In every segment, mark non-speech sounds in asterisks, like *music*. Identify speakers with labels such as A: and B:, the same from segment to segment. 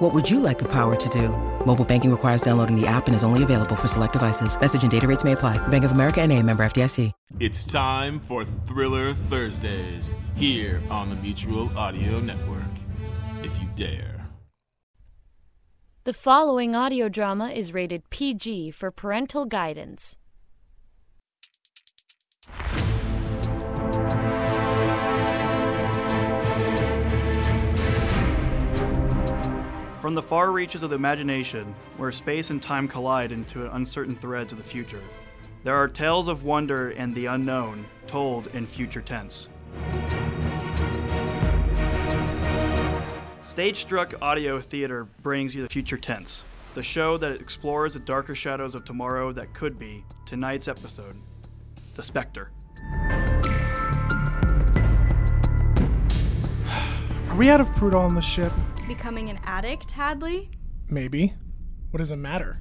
A: What would you like the power to do? Mobile banking requires downloading the app and is only available for select devices. Message and data rates may apply. Bank of America and a member FDIC.
B: It's time for Thriller Thursdays here on the Mutual Audio Network. If you dare.
C: The following audio drama is rated PG for parental guidance.
D: From the far reaches of the imagination, where space and time collide into uncertain threads of the future, there are tales of wonder and the unknown told in future tense. Stage Struck Audio Theater brings you the future tense, the show that explores the darker shadows of tomorrow that could be tonight's episode The Spectre.
E: Are we out of Prudal on the ship?
F: Becoming an addict, Hadley?
E: Maybe. What does it matter?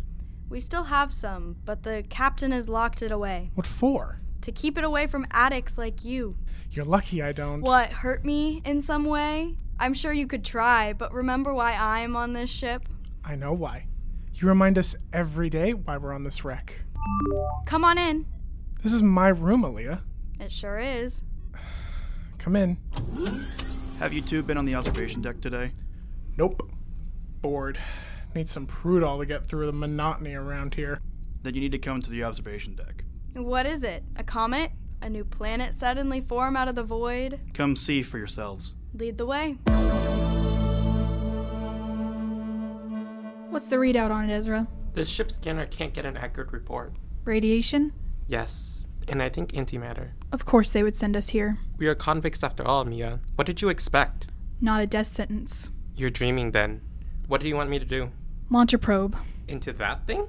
F: We still have some, but the captain has locked it away.
E: What for?
F: To keep it away from addicts like you.
E: You're lucky I don't.
F: What, hurt me in some way? I'm sure you could try, but remember why I'm on this ship?
E: I know why. You remind us every day why we're on this wreck.
F: Come on in.
E: This is my room, Aaliyah.
F: It sure is.
E: Come in.
D: Have you two been on the observation deck today?
E: Nope. Bored. Need some Prudal to get through the monotony around here.
D: Then you need to come to the observation deck.
F: What is it? A comet? A new planet suddenly form out of the void?
D: Come see for yourselves.
F: Lead the way.
G: What's the readout on it, Ezra?
H: The ship scanner can't get an accurate report.
G: Radiation?
H: Yes, and I think antimatter.
G: Of course they would send us here.
H: We are convicts after all, Mia. What did you expect?
G: Not a death sentence.
H: You're dreaming then. What do you want me to do?
G: Launch a probe.
H: Into that thing?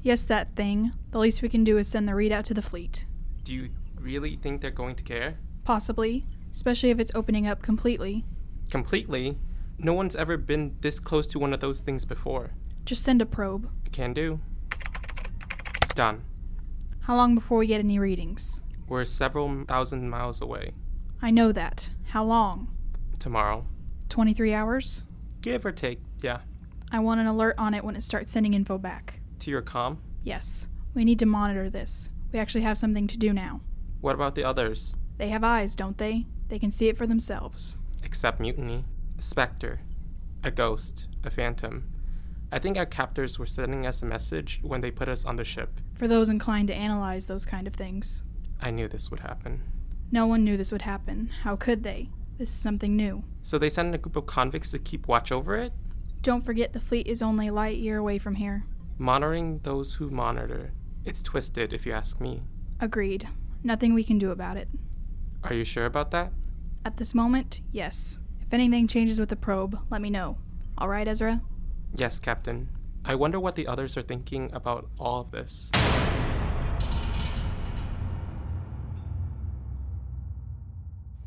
G: Yes, that thing. The least we can do is send the readout to the fleet.
H: Do you really think they're going to care?
G: Possibly. Especially if it's opening up completely.
H: Completely? No one's ever been this close to one of those things before.
G: Just send a probe.
H: Can do. Done.
G: How long before we get any readings?
H: We're several thousand miles away.
G: I know that. How long?
H: Tomorrow.
G: 23 hours?
H: Give or take, yeah.
G: I want an alert on it when it starts sending info back.
H: To your comm?
G: Yes. We need to monitor this. We actually have something to do now.
H: What about the others?
G: They have eyes, don't they? They can see it for themselves.
H: Except mutiny. A specter. A ghost. A phantom. I think our captors were sending us a message when they put us on the ship.
G: For those inclined to analyze those kind of things.
H: I knew this would happen.
G: No one knew this would happen. How could they? This is something new.
H: So they sent a group of convicts to keep watch over it?
G: Don't forget the fleet is only a light year away from here.
H: Monitoring those who monitor. It's twisted, if you ask me.
G: Agreed. Nothing we can do about it.
H: Are you sure about that?
G: At this moment, yes. If anything changes with the probe, let me know. All right, Ezra?
H: Yes, Captain. I wonder what the others are thinking about all of this.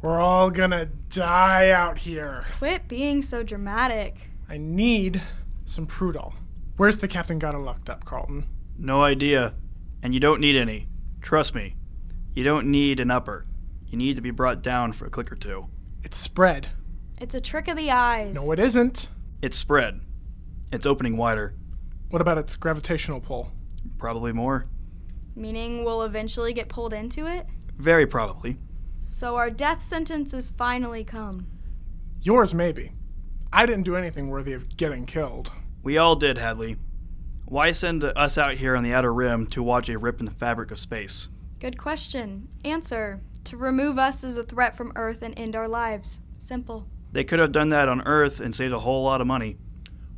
E: We're all gonna die out here.
F: Quit being so dramatic.
E: I need some Prudal. Where's the captain got it locked up, Carlton?
D: No idea. And you don't need any. Trust me. You don't need an upper. You need to be brought down for a click or two.
E: It's spread.
F: It's a trick of the eyes.
E: No, it isn't.
D: It's spread. It's opening wider.
E: What about its gravitational pull?
D: Probably more.
F: Meaning we'll eventually get pulled into it?
D: Very probably.
F: So our death sentence has finally come.
E: Yours, maybe. I didn't do anything worthy of getting killed.
D: We all did, Hadley. Why send us out here on the outer rim to watch a rip in the fabric of space?
F: Good question. Answer To remove us as a threat from Earth and end our lives. Simple.
D: They could have done that on Earth and saved a whole lot of money.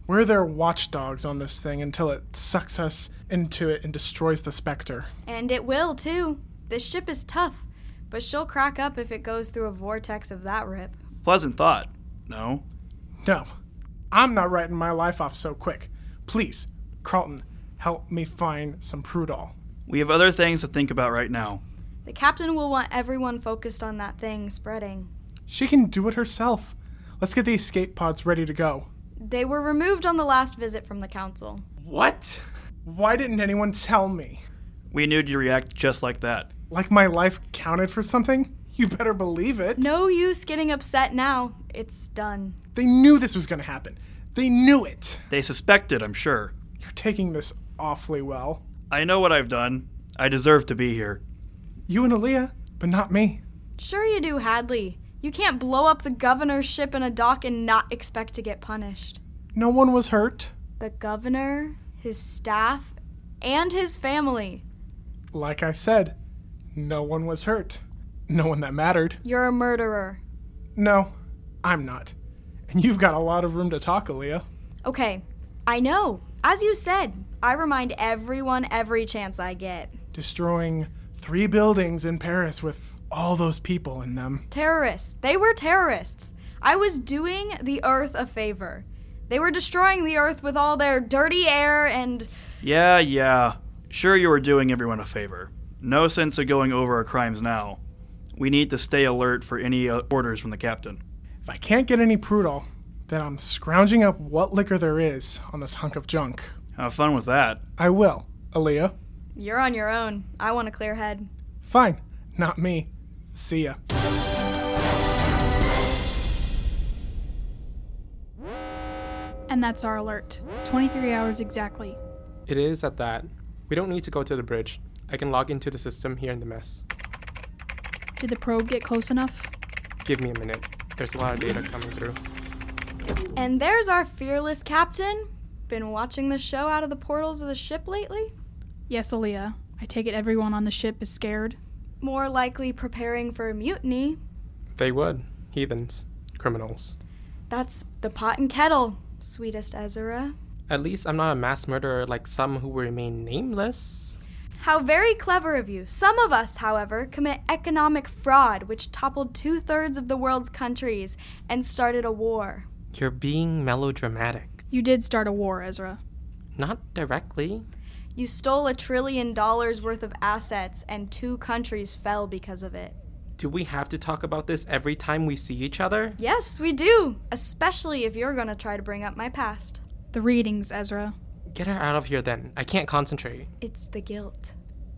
E: We're their watchdogs on this thing until it sucks us into it and destroys the specter.
F: And it will, too. This ship is tough, but she'll crack up if it goes through a vortex of that rip.
D: Pleasant thought. No?
E: No, I'm not writing my life off so quick. Please, Carlton, help me find some Prudal.
D: We have other things to think about right now.
F: The captain will want everyone focused on that thing spreading.
E: She can do it herself. Let's get the escape pods ready to go.
F: They were removed on the last visit from the council.
H: What?
E: Why didn't anyone tell me?
D: We knew you'd react just like that.
E: Like my life counted for something? You better believe it.
F: No use getting upset now. It's done.
E: They knew this was going to happen. They knew it.
D: They suspected, I'm sure.
E: You're taking this awfully well.
D: I know what I've done. I deserve to be here.
E: You and Aaliyah, but not me.
F: Sure you do, Hadley. You can't blow up the governor's ship in a dock and not expect to get punished.
E: No one was hurt.
F: The governor, his staff, and his family.
E: Like I said, no one was hurt. No one that mattered.
F: You're a murderer.
E: No, I'm not. And you've got a lot of room to talk, Aaliyah.
F: Okay, I know. As you said, I remind everyone every chance I get.
E: Destroying three buildings in Paris with all those people in them.
F: Terrorists. They were terrorists. I was doing the earth a favor. They were destroying the earth with all their dirty air and.
D: Yeah, yeah. Sure, you were doing everyone a favor. No sense of going over our crimes now. We need to stay alert for any uh, orders from the captain.
E: If I can't get any Prudel, then I'm scrounging up what liquor there is on this hunk of junk.
D: Have fun with that.
E: I will, Aaliyah.
F: You're on your own. I want a clear head.
E: Fine, not me. See ya.
G: And that's our alert. 23 hours exactly.
H: It is at that. We don't need to go to the bridge. I can log into the system here in the mess.
G: Did the probe get close enough?
H: Give me a minute. There's a lot of data coming through.
F: And there's our fearless captain. Been watching the show out of the portals of the ship lately?
G: Yes, Aaliyah. I take it everyone on the ship is scared.
F: More likely preparing for a mutiny.
H: They would. Heathens. Criminals.
F: That's the pot and kettle, sweetest Ezra.
H: At least I'm not a mass murderer like some who will remain nameless.
F: How very clever of you. Some of us, however, commit economic fraud, which toppled two thirds of the world's countries and started a war.
H: You're being melodramatic.
G: You did start a war, Ezra.
H: Not directly.
F: You stole a trillion dollars worth of assets, and two countries fell because of it.
H: Do we have to talk about this every time we see each other?
F: Yes, we do, especially if you're going to try to bring up my past.
G: The readings, Ezra.
H: Get her out of here then. I can't concentrate.
F: It's the guilt.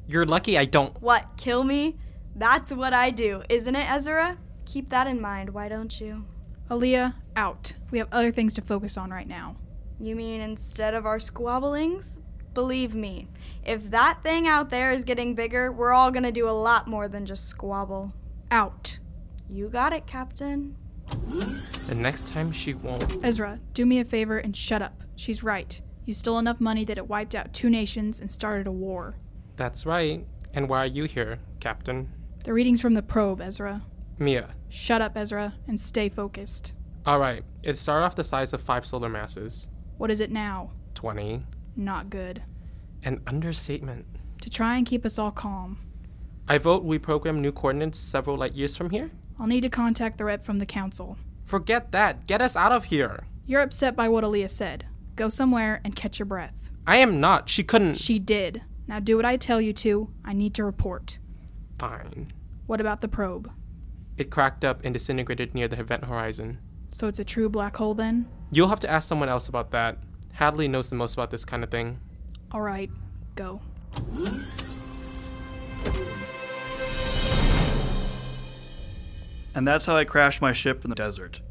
H: You're lucky I don't.
F: What, kill me? That's what I do, isn't it, Ezra? Keep that in mind, why don't you?
G: Aaliyah, out. We have other things to focus on right now.
F: You mean instead of our squabblings? Believe me, if that thing out there is getting bigger, we're all gonna do a lot more than just squabble.
G: Out.
F: You got it, Captain.
H: The next time she won't.
G: Ezra, do me a favor and shut up. She's right. You stole enough money that it wiped out two nations and started a war.
H: That's right. And why are you here, Captain?
G: The readings from the probe, Ezra.
H: Mia.
G: Shut up, Ezra, and stay focused.
H: Alright, it started off the size of five solar masses.
G: What is it now?
H: 20.
G: Not good.
H: An understatement.
G: To try and keep us all calm,
H: I vote we program new coordinates several light years from here.
G: I'll need to contact the rep from the council.
H: Forget that. Get us out of here.
G: You're upset by what Aaliyah said. Go somewhere and catch your breath.
H: I am not. She couldn't.
G: She did. Now do what I tell you to. I need to report.
H: Fine.
G: What about the probe?
H: It cracked up and disintegrated near the event horizon.
G: So it's a true black hole then?
H: You'll have to ask someone else about that. Hadley knows the most about this kind of thing.
G: All right, go.
D: And that's how I crashed my ship in the desert.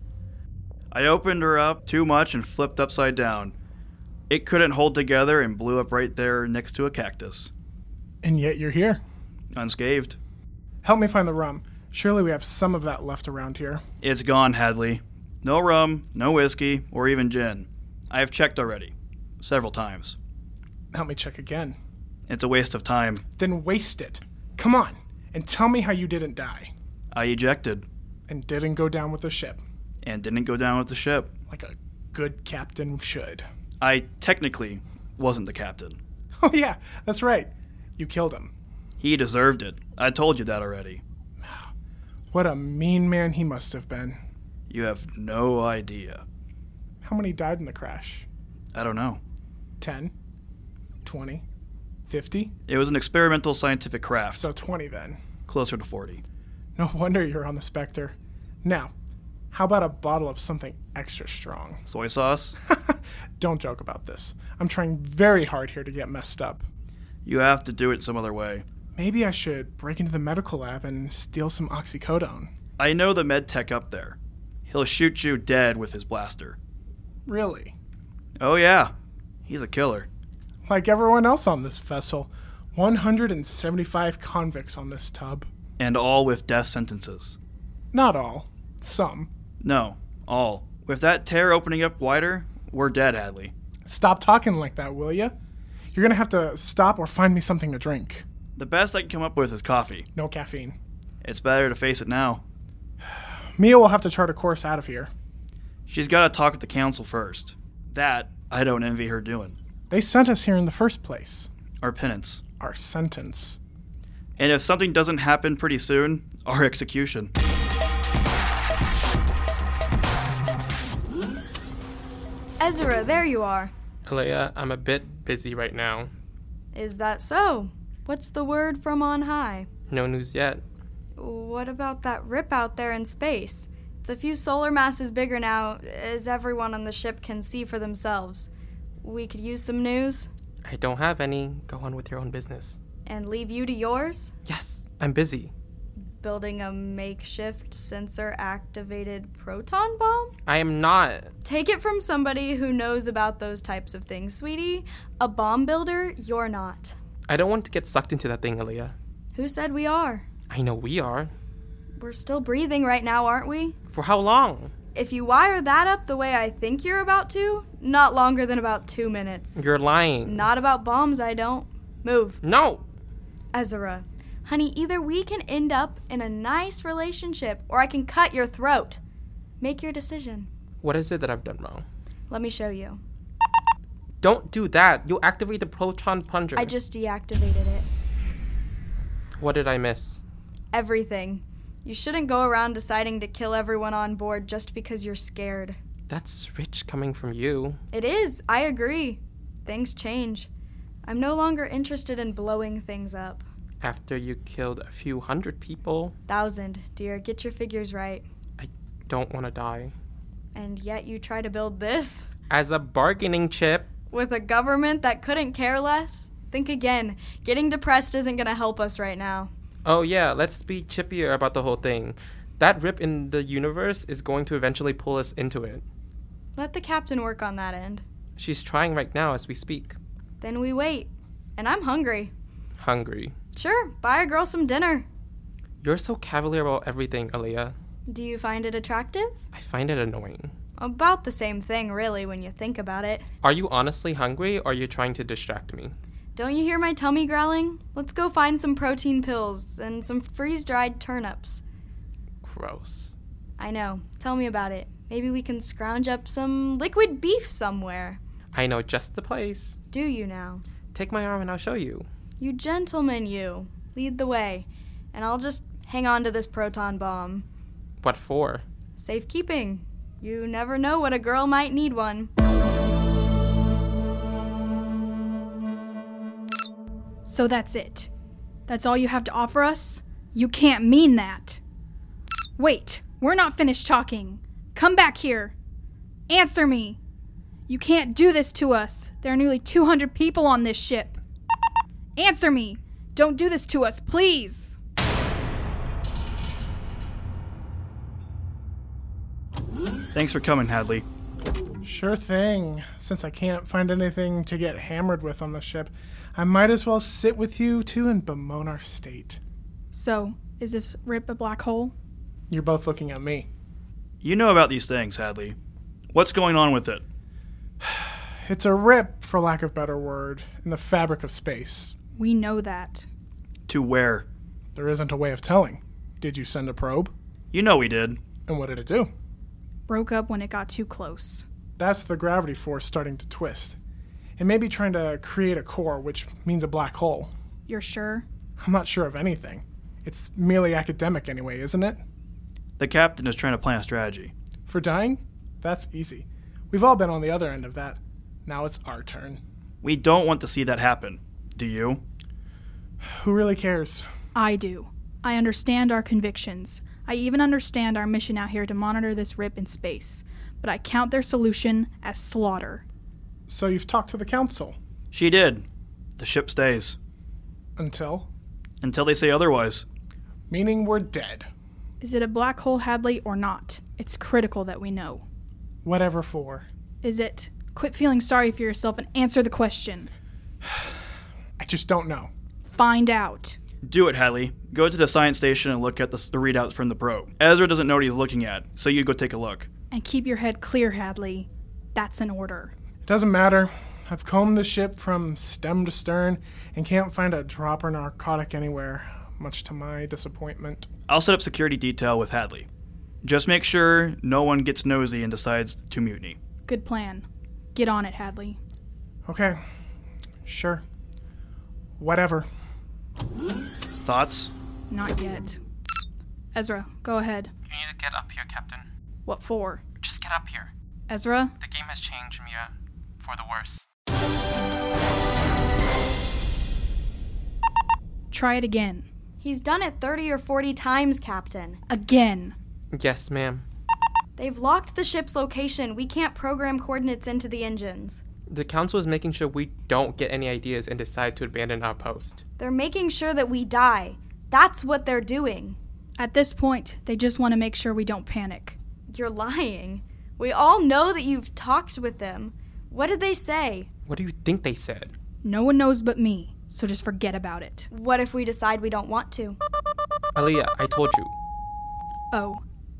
D: I opened her up too much and flipped upside down. It couldn't hold together and blew up right there next to a cactus.
E: And yet you're here.
D: Unscathed.
E: Help me find the rum. Surely we have some of that left around here.
D: It's gone, Hadley. No rum, no whiskey, or even gin. I have checked already. Several times.
E: Help me check again.
D: It's a waste of time.
E: Then waste it. Come on, and tell me how you didn't die
D: I ejected
E: and didn't go down with the ship
D: and didn't go down with the ship.
E: like a good captain should. *laughs*
D: I technically wasn't the captain.
E: Oh, yeah, that's right. You killed him.
D: He deserved it. I told you that already.
E: What a mean man he must have been.
D: You have no idea.
E: How many died in the crash?
D: I don't know.
E: 10? 20? 50?
D: It was an experimental scientific craft.
E: So 20 then.
D: closer to 40.
E: No *laughs* wonder you're on the Spectre. Now, how about a bottle of something extra strong?
D: Soy sauce? *laughs*
E: Don't joke about this. I'm trying very hard here to get messed up.
D: you have to do it some other way.
E: Maybe I should break into the medical lab and steal some oxycodone.
D: I know the med tech up there. He'll shoot you dead with his blaster.
E: Really?
D: Oh, yeah. He's a killer.
E: Like everyone else on this vessel, 175 convicts on this tub.
D: And all with death sentences.
E: Not all, some.
D: No, all. With that tear opening up wider, we're dead, Adley.
E: Stop talking like that, will ya? You're gonna have to stop or find me something to drink.
D: The best I can come up with is coffee.
E: No caffeine.
D: It's better to face it now.
E: Mia will have to chart a course out of here.
D: She's got to talk with the council first. That I don't envy her doing.
E: They sent us here in the first place.
D: Our penance.
E: Our sentence.
D: And if something doesn't happen pretty soon, our *laughs* execution.
F: Ezra, there you are.
H: Alea, I'm a bit busy right now.
F: Is that so? What's the word from on high?
H: No news yet.
F: What about that rip out there in space? It's a few solar masses bigger now, as everyone on the ship can see for themselves. We could use some news
H: I don't have any. Go on with your own business.
F: and leave you to yours.
H: Yes, I'm busy.
F: Building a makeshift sensor activated proton bomb?
H: I am not.
F: Take it from somebody who knows about those types of things, sweetie. A bomb builder, you're not.
H: I don't want to get sucked into that thing, Alea.
F: Who said we are?
H: I know we are.
F: We're still breathing right now, aren't we?
H: For how long?
F: If you wire that up the way I think you're about to, not longer than about two minutes.
H: You're lying.
F: Not about bombs, I don't. Move.
H: No!
F: Ezra. Honey, either we can end up in a nice relationship or I can cut your throat. Make your decision.
H: What is it that I've done wrong?
F: Let me show you.
H: Don't do that. You'll activate the proton plunger.
F: I just deactivated it.
H: What did I miss?
F: Everything. You shouldn't go around deciding to kill everyone on board just because you're scared.
H: That's rich coming from you.
F: It is, I agree. Things change. I'm no longer interested in blowing things up.
H: After you killed a few hundred people,
F: Thousand, dear, get your figures right.
H: don't want to die.
F: And yet you try to build this? *laughs*
H: As a bargaining chip,
F: With a government that couldn't care less? Think again. Getting depressed isn't gonna help us right now.
H: Oh yeah, let's be chippier about the whole thing. That rip in the universe is going to eventually pull us into it.
F: Let the captain work on that end.
H: She's trying right now as we speak.
F: Then we wait. And I'm hungry.
H: Hungry.
F: Sure, buy a girl some dinner.
H: You're so cavalier about everything, Aaliyah.
F: Do you find it attractive?
H: I find it annoying.
F: About the same thing, really, when you think about it.
H: Are you honestly hungry or are you trying to distract me?
F: Don't you hear my tummy growling? Let's go find some protein pills and some freeze dried turnips.
H: Gross.
F: I know. Tell me about it. Maybe we can scrounge up some liquid beef somewhere.
H: I know just the place.
F: Do you now?
H: Take my arm and I'll show you.
F: You gentlemen, you. Lead the way. And I'll just hang on to this proton bomb.
H: What for?
F: Safekeeping. You never know what a girl might need one.
G: So that's it. That's all you have to offer us? You can't mean that. Wait, we're not finished talking. Come back here. Answer me. You can't do this to us. There are nearly 200 people on this ship. Answer me. Don't do this to us, please.
D: Thanks for coming, Hadley.
E: Sure thing. Since I can't find anything to get hammered with on the ship, I might as well sit with you two and bemoan our state.
G: So, is this rip a black hole?
E: You're both looking at me.
D: You know about these things, Hadley. What's going on with it?
E: It's a rip, for lack of better word, in the fabric of space.
G: We know that.
D: To where?
E: There isn't a way of telling. Did you send a probe?
D: You know we did.
E: And what did it do?
G: Broke up when it got too close.
E: That's the gravity force starting to twist. It may be trying to create a core, which means a black hole.
G: You're sure?
E: I'm not sure of anything. It's merely academic anyway, isn't it?
D: The captain is trying to plan a strategy.
E: For dying? That's easy. We've all been on the other end of that. Now it's our turn.
D: We don't want to see that happen. Do you?
E: Who really cares?
G: I do. I understand our convictions. I even understand our mission out here to monitor this rip in space. But I count their solution as slaughter.
E: So you've talked to the council
D: She did. The ship stays.
E: until,
D: Until they say otherwise.
E: meaning we're dead.
G: Is it a black hole, Hadley, or not? It's critical that we know.
E: Whatever for.
G: Is it? Quit feeling sorry for yourself and answer the question.
E: I just don't know.
G: Find out.
D: Do it, Hadley. Go to the science station and look at the, s- the readouts from the probe. Ezra doesn't know what he's looking at, so you go take a look.
G: And keep your head clear, Hadley. That's an order.
E: It doesn't matter. I've combed the ship from stem to stern and can't find a drop or narcotic anywhere, much to my disappointment.
D: I'll set up security detail with Hadley. Just make sure no one gets nosy and decides to mutiny.
G: Good plan. Get on it, Hadley.
E: Okay. Sure. Whatever.
D: Thoughts?
G: Not yet. Ezra, go ahead.
H: You need to get up here, Captain.
G: What for?
H: Just get up here.
G: Ezra?
H: The game has changed, Mia, for the worse.
G: Try it again.
F: He's done it 30 or 40 times, Captain.
G: Again.
H: Yes, ma'am.
F: They've locked the ship's location. We can't program coordinates into the engines.
H: The council is making sure we don't get any ideas and decide to abandon our post.
F: They're making sure that we die. That's what they're doing.
G: At this point, they just want to make sure we don't panic.
F: You're lying. We all know that you've talked with them. What did they say?
H: What do you think they said?
G: No one knows but me, so just forget about it.
F: What if we decide we don't want to?
H: Aaliyah, I told you.
G: Oh,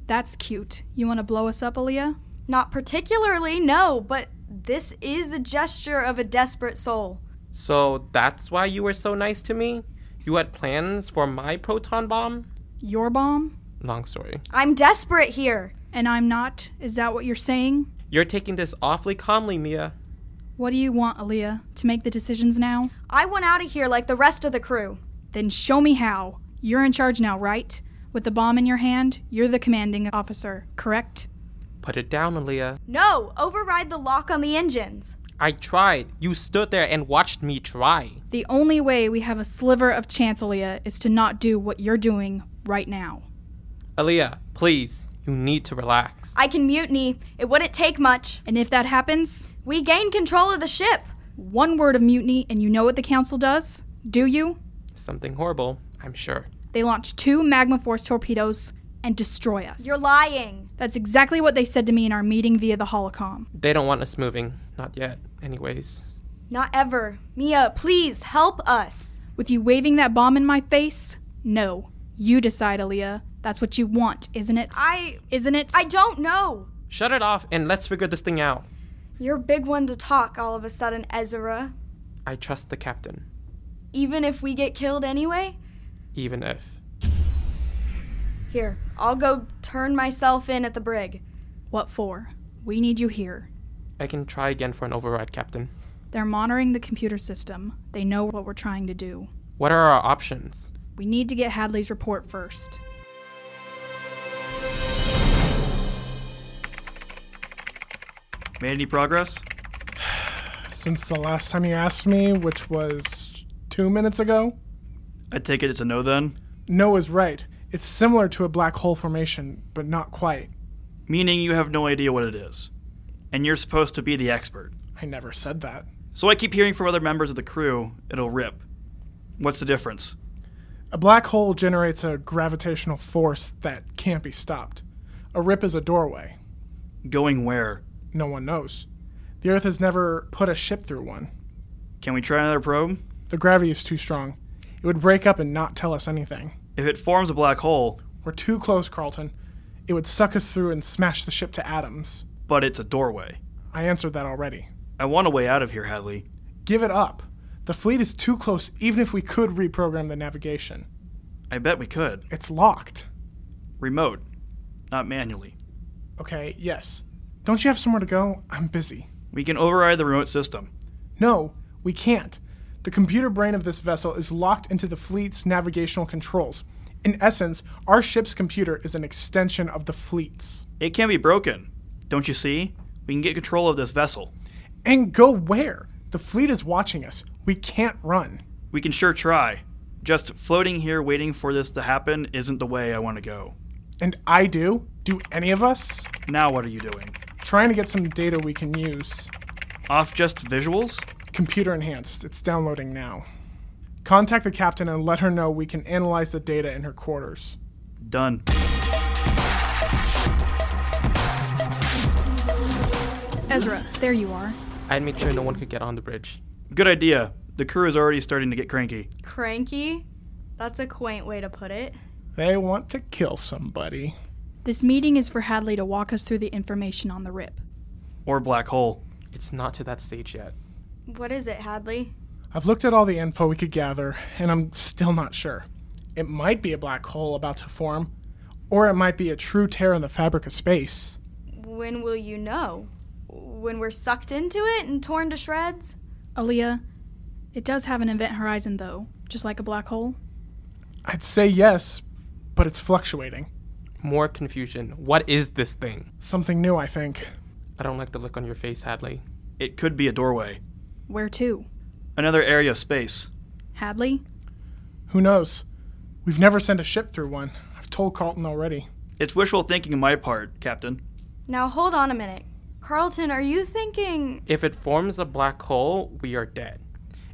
G: that's cute. You want to blow us up, Aaliyah?
F: Not particularly, no, but this is a gesture of a desperate soul.
H: So that's why you were so nice to me? You had plans for my proton bomb?
G: Your bomb?
H: Long story.
F: I'm desperate here.
G: And I'm not? Is that what you're saying?
H: You're taking this awfully calmly, Mia.
G: What do you want, Aaliyah? To make the decisions now?
F: I want out of here like the rest of the crew.
G: Then show me how. You're in charge now, right? With the bomb in your hand, you're the commanding officer, correct?
H: Put it down, Aaliyah.
F: No, override the lock on the engines.
H: I tried. You stood there and watched me try.
G: The only way we have a sliver of chance, Aaliyah, is to not do what you're doing right now.
H: Aaliyah, please. You need to relax.
F: I can mutiny. It wouldn't take much.
G: And if that happens,
F: We gain control of the ship.
G: one word of mutiny, and you know what the council does? Do you?
H: Something horrible, I'm sure.
G: They launch two Magma Force torpedoes and destroy us.
F: You're lying.
G: That's exactly what they said to me in our meeting via the Holocom.
H: They don't want us moving. Not yet, anyways.
F: Not ever. Mia, please help us.
G: With you waving that bomb in my face? No. You decide, Aaliyah. That's what you want, isn't it?
F: I
G: Isn't it?
F: I don't know.
H: Shut it off and let's figure this thing out.
F: You're a big one to talk all of a sudden, Ezra.
H: I trust the captain,
F: Even if we get killed anyway?
H: even if.
F: Here, I'll go turn myself in at the brig.
G: What for? We need you here.
H: I can try again for an override, Captain.
G: They're monitoring the computer system. They know what we're trying to do.
H: What are our options?
G: We need to get Hadley's report first.
D: Made any progress?
E: Since the last time you asked me, which was two minutes ago,
D: I take it it's a no then?
E: Noah is right. It's similar to a black hole formation, but not quite.
D: Meaning you have no idea what it is. And you're supposed to be the expert.
E: I never said that.
D: So I keep hearing from other members of the crew it'll rip. What's the difference?
E: A black hole generates a gravitational force that can't be stopped. A rip is a doorway.
D: Going where?
E: No one knows. The Earth has never put a ship through one.
D: Can we try another probe?
E: The gravity is too strong. It would break up and not tell us anything.
D: If it forms a black hole,
E: We're too close, Carlton. It would suck us through and smash the ship to atoms.
D: but it's a doorway.
E: I answered that already.
D: I want a way out of here, Hadley.
E: Give it up. The fleet is too close, even if we could reprogram the navigation.
D: I bet we could.
E: It's locked.
D: Remote, not manually.
E: Okay, yes. Don't you have somewhere to go? I'm busy.
D: We can override the remote system.
E: No, we can't. The computer brain of this vessel is locked into the fleet's navigational controls. In essence, our ship's computer is an extension of the fleet's.
D: It can be broken. Don't you see? We can get control of this vessel.
E: And go where? The fleet is watching us. We can't run.
D: We can sure try. Just floating here waiting for this to happen isn't the way I want to go.
E: And I do? Do any of us?
D: Now, what are you doing?
E: Trying to get some data we can use.
D: Off just visuals?
E: Computer enhanced. It's downloading now. Contact the captain and let her know we can analyze the data in her quarters.
D: Done.
G: Ezra, there you are.
H: I'd make sure no one could get on the bridge.
D: Good idea. The crew is already starting to get cranky.
F: Cranky? That's a quaint way to put it.
E: They want to kill somebody.
G: This meeting is for Hadley to walk us through the information on the RIP.
D: Or black hole.
H: It's not to that stage yet.
F: What is it, Hadley?
E: I've looked at all the info we could gather, and I'm still not sure. It might be a black hole about to form, or it might be a true tear in the fabric of space.
F: When will you know? When we're sucked into it and torn to shreds?
G: Aaliyah, it does have an event horizon, though, just like a black hole.
E: I'd say yes, but it's fluctuating.
H: More confusion. What is this thing?
E: Something new, I think.
H: I don't like the look on your face, Hadley.
D: It could be a doorway.
G: Where to?
D: Another area of space.
G: Hadley?
E: Who knows? We've never sent a ship through one. I've told Carlton already.
D: It's wishful thinking on my part, Captain.
F: Now hold on a minute. Carlton, are you thinking.
H: If it forms a black hole, we are dead.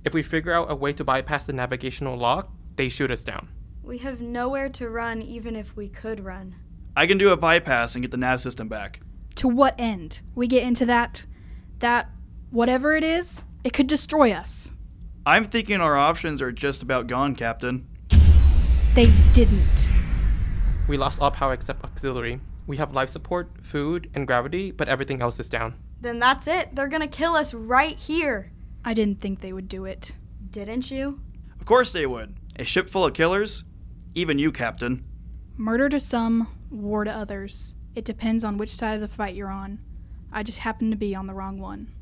H: If we figure out a way to bypass the navigational lock, they shoot us down.
F: We have nowhere to run even if we could run.
D: I can do a bypass and get the nav system back.
G: To what end? We get into that. that. whatever it is, it could destroy us.
D: I'm thinking our options are just about gone, Captain.
G: They didn't.
H: We lost all power except auxiliary. We have life support, food, and gravity, but everything else is down.
F: Then that's it. They're gonna kill us right here.
G: I didn't think they would do it.
F: Didn't you?
D: Of course they would. A ship full of killers? Even you, Captain.
G: Murder to some, war to others. It depends on which side of the fight you're on. I just happen to be on the wrong one.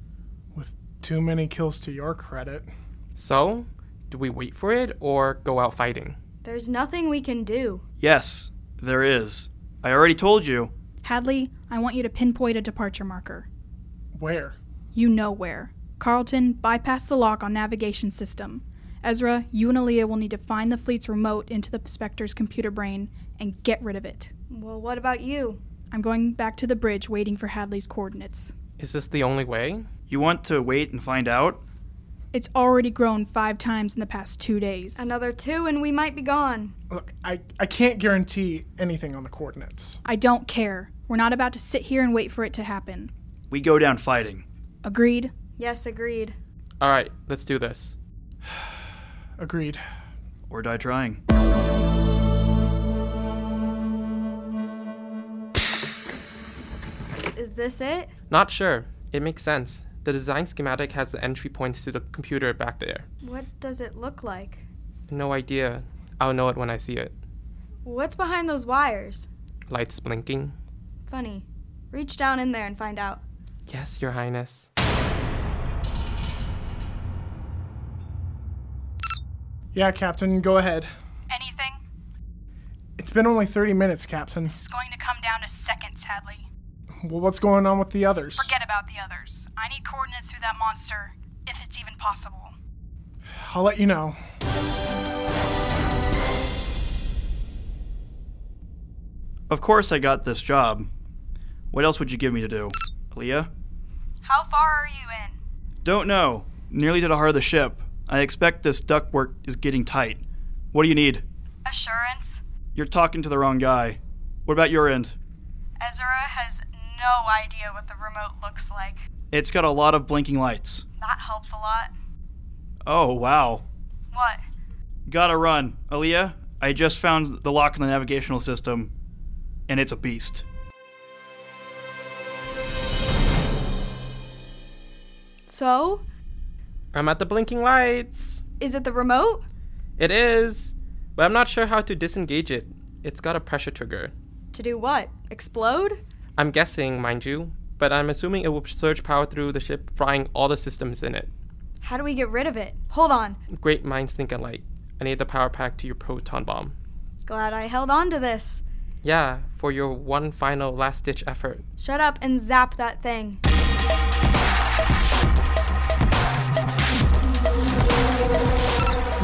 E: With too many kills to your credit.
H: So, do we wait for it or go out fighting?
F: There's nothing we can do.
D: Yes, there is. I already told you.
G: Hadley, I want you to pinpoint a departure marker.
E: Where?
G: You know where. Carlton, bypass the lock on navigation system. Ezra, you and Aaliyah will need to find the fleet's remote into the Spectre's computer brain and get rid of it.
F: Well, what about you?
G: I'm going back to the bridge waiting for Hadley's coordinates.
H: Is this the only way?
D: You want to wait and find out?
G: It's already grown five times in the past two days.
F: Another two and we might be gone.
E: Look, I, I can't guarantee anything on the coordinates.
G: I don't care. We're not about to sit here and wait for it to happen.
D: We go down fighting.
G: Agreed?
F: Yes, agreed.
H: Alright, let's do this.
E: Agreed.
D: Or die trying.
F: Is this it?
H: Not sure. It makes sense. The design schematic has the entry points to the computer back there.
F: What does it look like?
H: No idea. I'll know it when I see it.
F: What's behind those wires?
H: Lights blinking.
F: Funny. Reach down in there and find out.
H: Yes, Your Highness.
E: Yeah, Captain, go ahead.
G: Anything?
E: It's been only 30 minutes, Captain.
G: This is going to come down to seconds, Hadley.
E: Well, what's going on with the others?
G: Forget about the others. I need coordinates through that monster, if it's even possible.
E: I'll let you know.
D: Of course I got this job. What else would you give me to do? Leah?
G: How far are you in?
D: Don't know. Nearly to the heart of the ship. I expect this ductwork is getting tight. What do you need?
F: Assurance?
D: You're talking to the wrong guy. What about your end?
F: Ezra has no idea what the remote looks like.
D: It's got a lot of blinking lights.
F: That helps a lot.
D: Oh, wow.
F: What?
D: Gotta run. Aaliyah, I just found the lock in the navigational system, and it's a beast.
F: So?
H: I'm at the blinking lights.
F: Is it the remote?
H: It is. But I'm not sure how to disengage it. It's got a pressure trigger.
F: To do what? Explode?
H: I'm guessing, mind you, but I'm assuming it will surge power through the ship, frying all the systems in it.
F: How do we get rid of it? Hold on.
H: Great minds think alike. I need the power pack to your proton bomb.
F: Glad I held on to this.
H: Yeah, for your one final last ditch effort.
F: Shut up and zap that thing.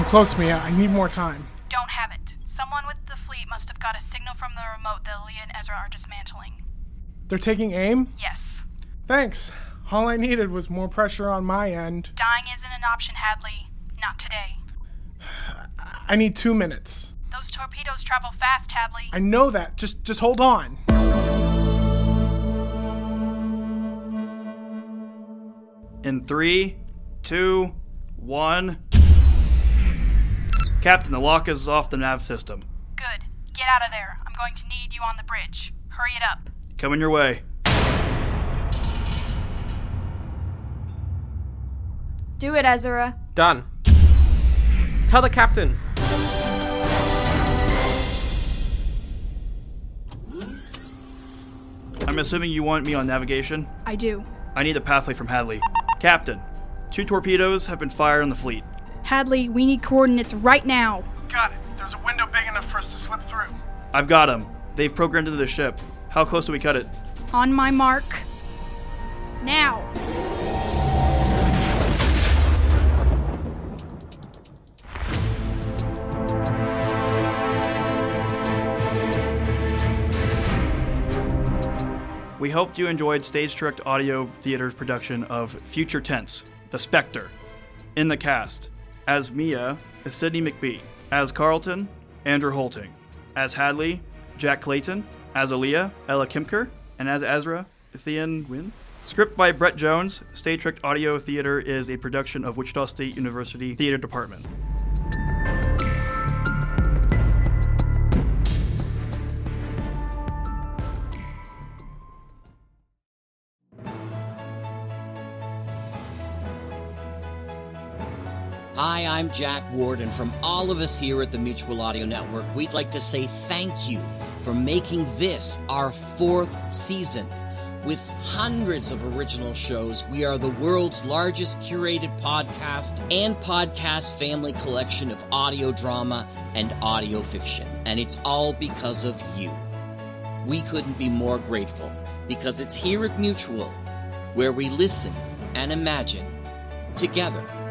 E: close, Mia. I need more time.
G: Don't have it. Someone with the fleet must have got a signal from the remote that Leah and Ezra are dismantling.
E: They're taking aim?
G: Yes.
E: Thanks. All I needed was more pressure on my end.
G: Dying isn't an option, Hadley. Not today.
E: I need two minutes.
G: Those torpedoes travel fast, Hadley.
E: I know that. Just just hold on.
D: In three, two, one. Captain, the lock is off the nav system.
G: Good. Get out of there. I'm going to need you on the bridge. Hurry it up.
D: Coming your way.
F: Do it, Ezra.
H: Done. Tell the captain.
D: I'm assuming you want me on navigation?
G: I do.
D: I need the pathway from Hadley. Captain, two torpedoes have been fired on the fleet.
G: Hadley, we need coordinates right now.
E: Got it. There's a window big enough for us to slip through.
D: I've got them. They've programmed into the ship. How close do we cut it?
G: On my mark. Now.
D: We hoped you enjoyed Stage Direct Audio Theater's production of Future Tense, The Spectre. In the cast, as Mia is Sidney McBee, as Carlton, Andrew Holting, as Hadley, Jack Clayton, as Aaliyah, Ella Kimker, and as Ezra, Thean Wynn. Script by Brett Jones, Stage Direct Audio Theater is a production of Wichita State University Theater Department.
I: Hi, I'm Jack Ward, and from all of us here at the Mutual Audio Network, we'd like to say thank you for making this our fourth season. With hundreds of original shows, we are the world's largest curated podcast and podcast family collection of audio drama and audio fiction, and it's all because of you. We couldn't be more grateful because it's here at Mutual where we listen and imagine together.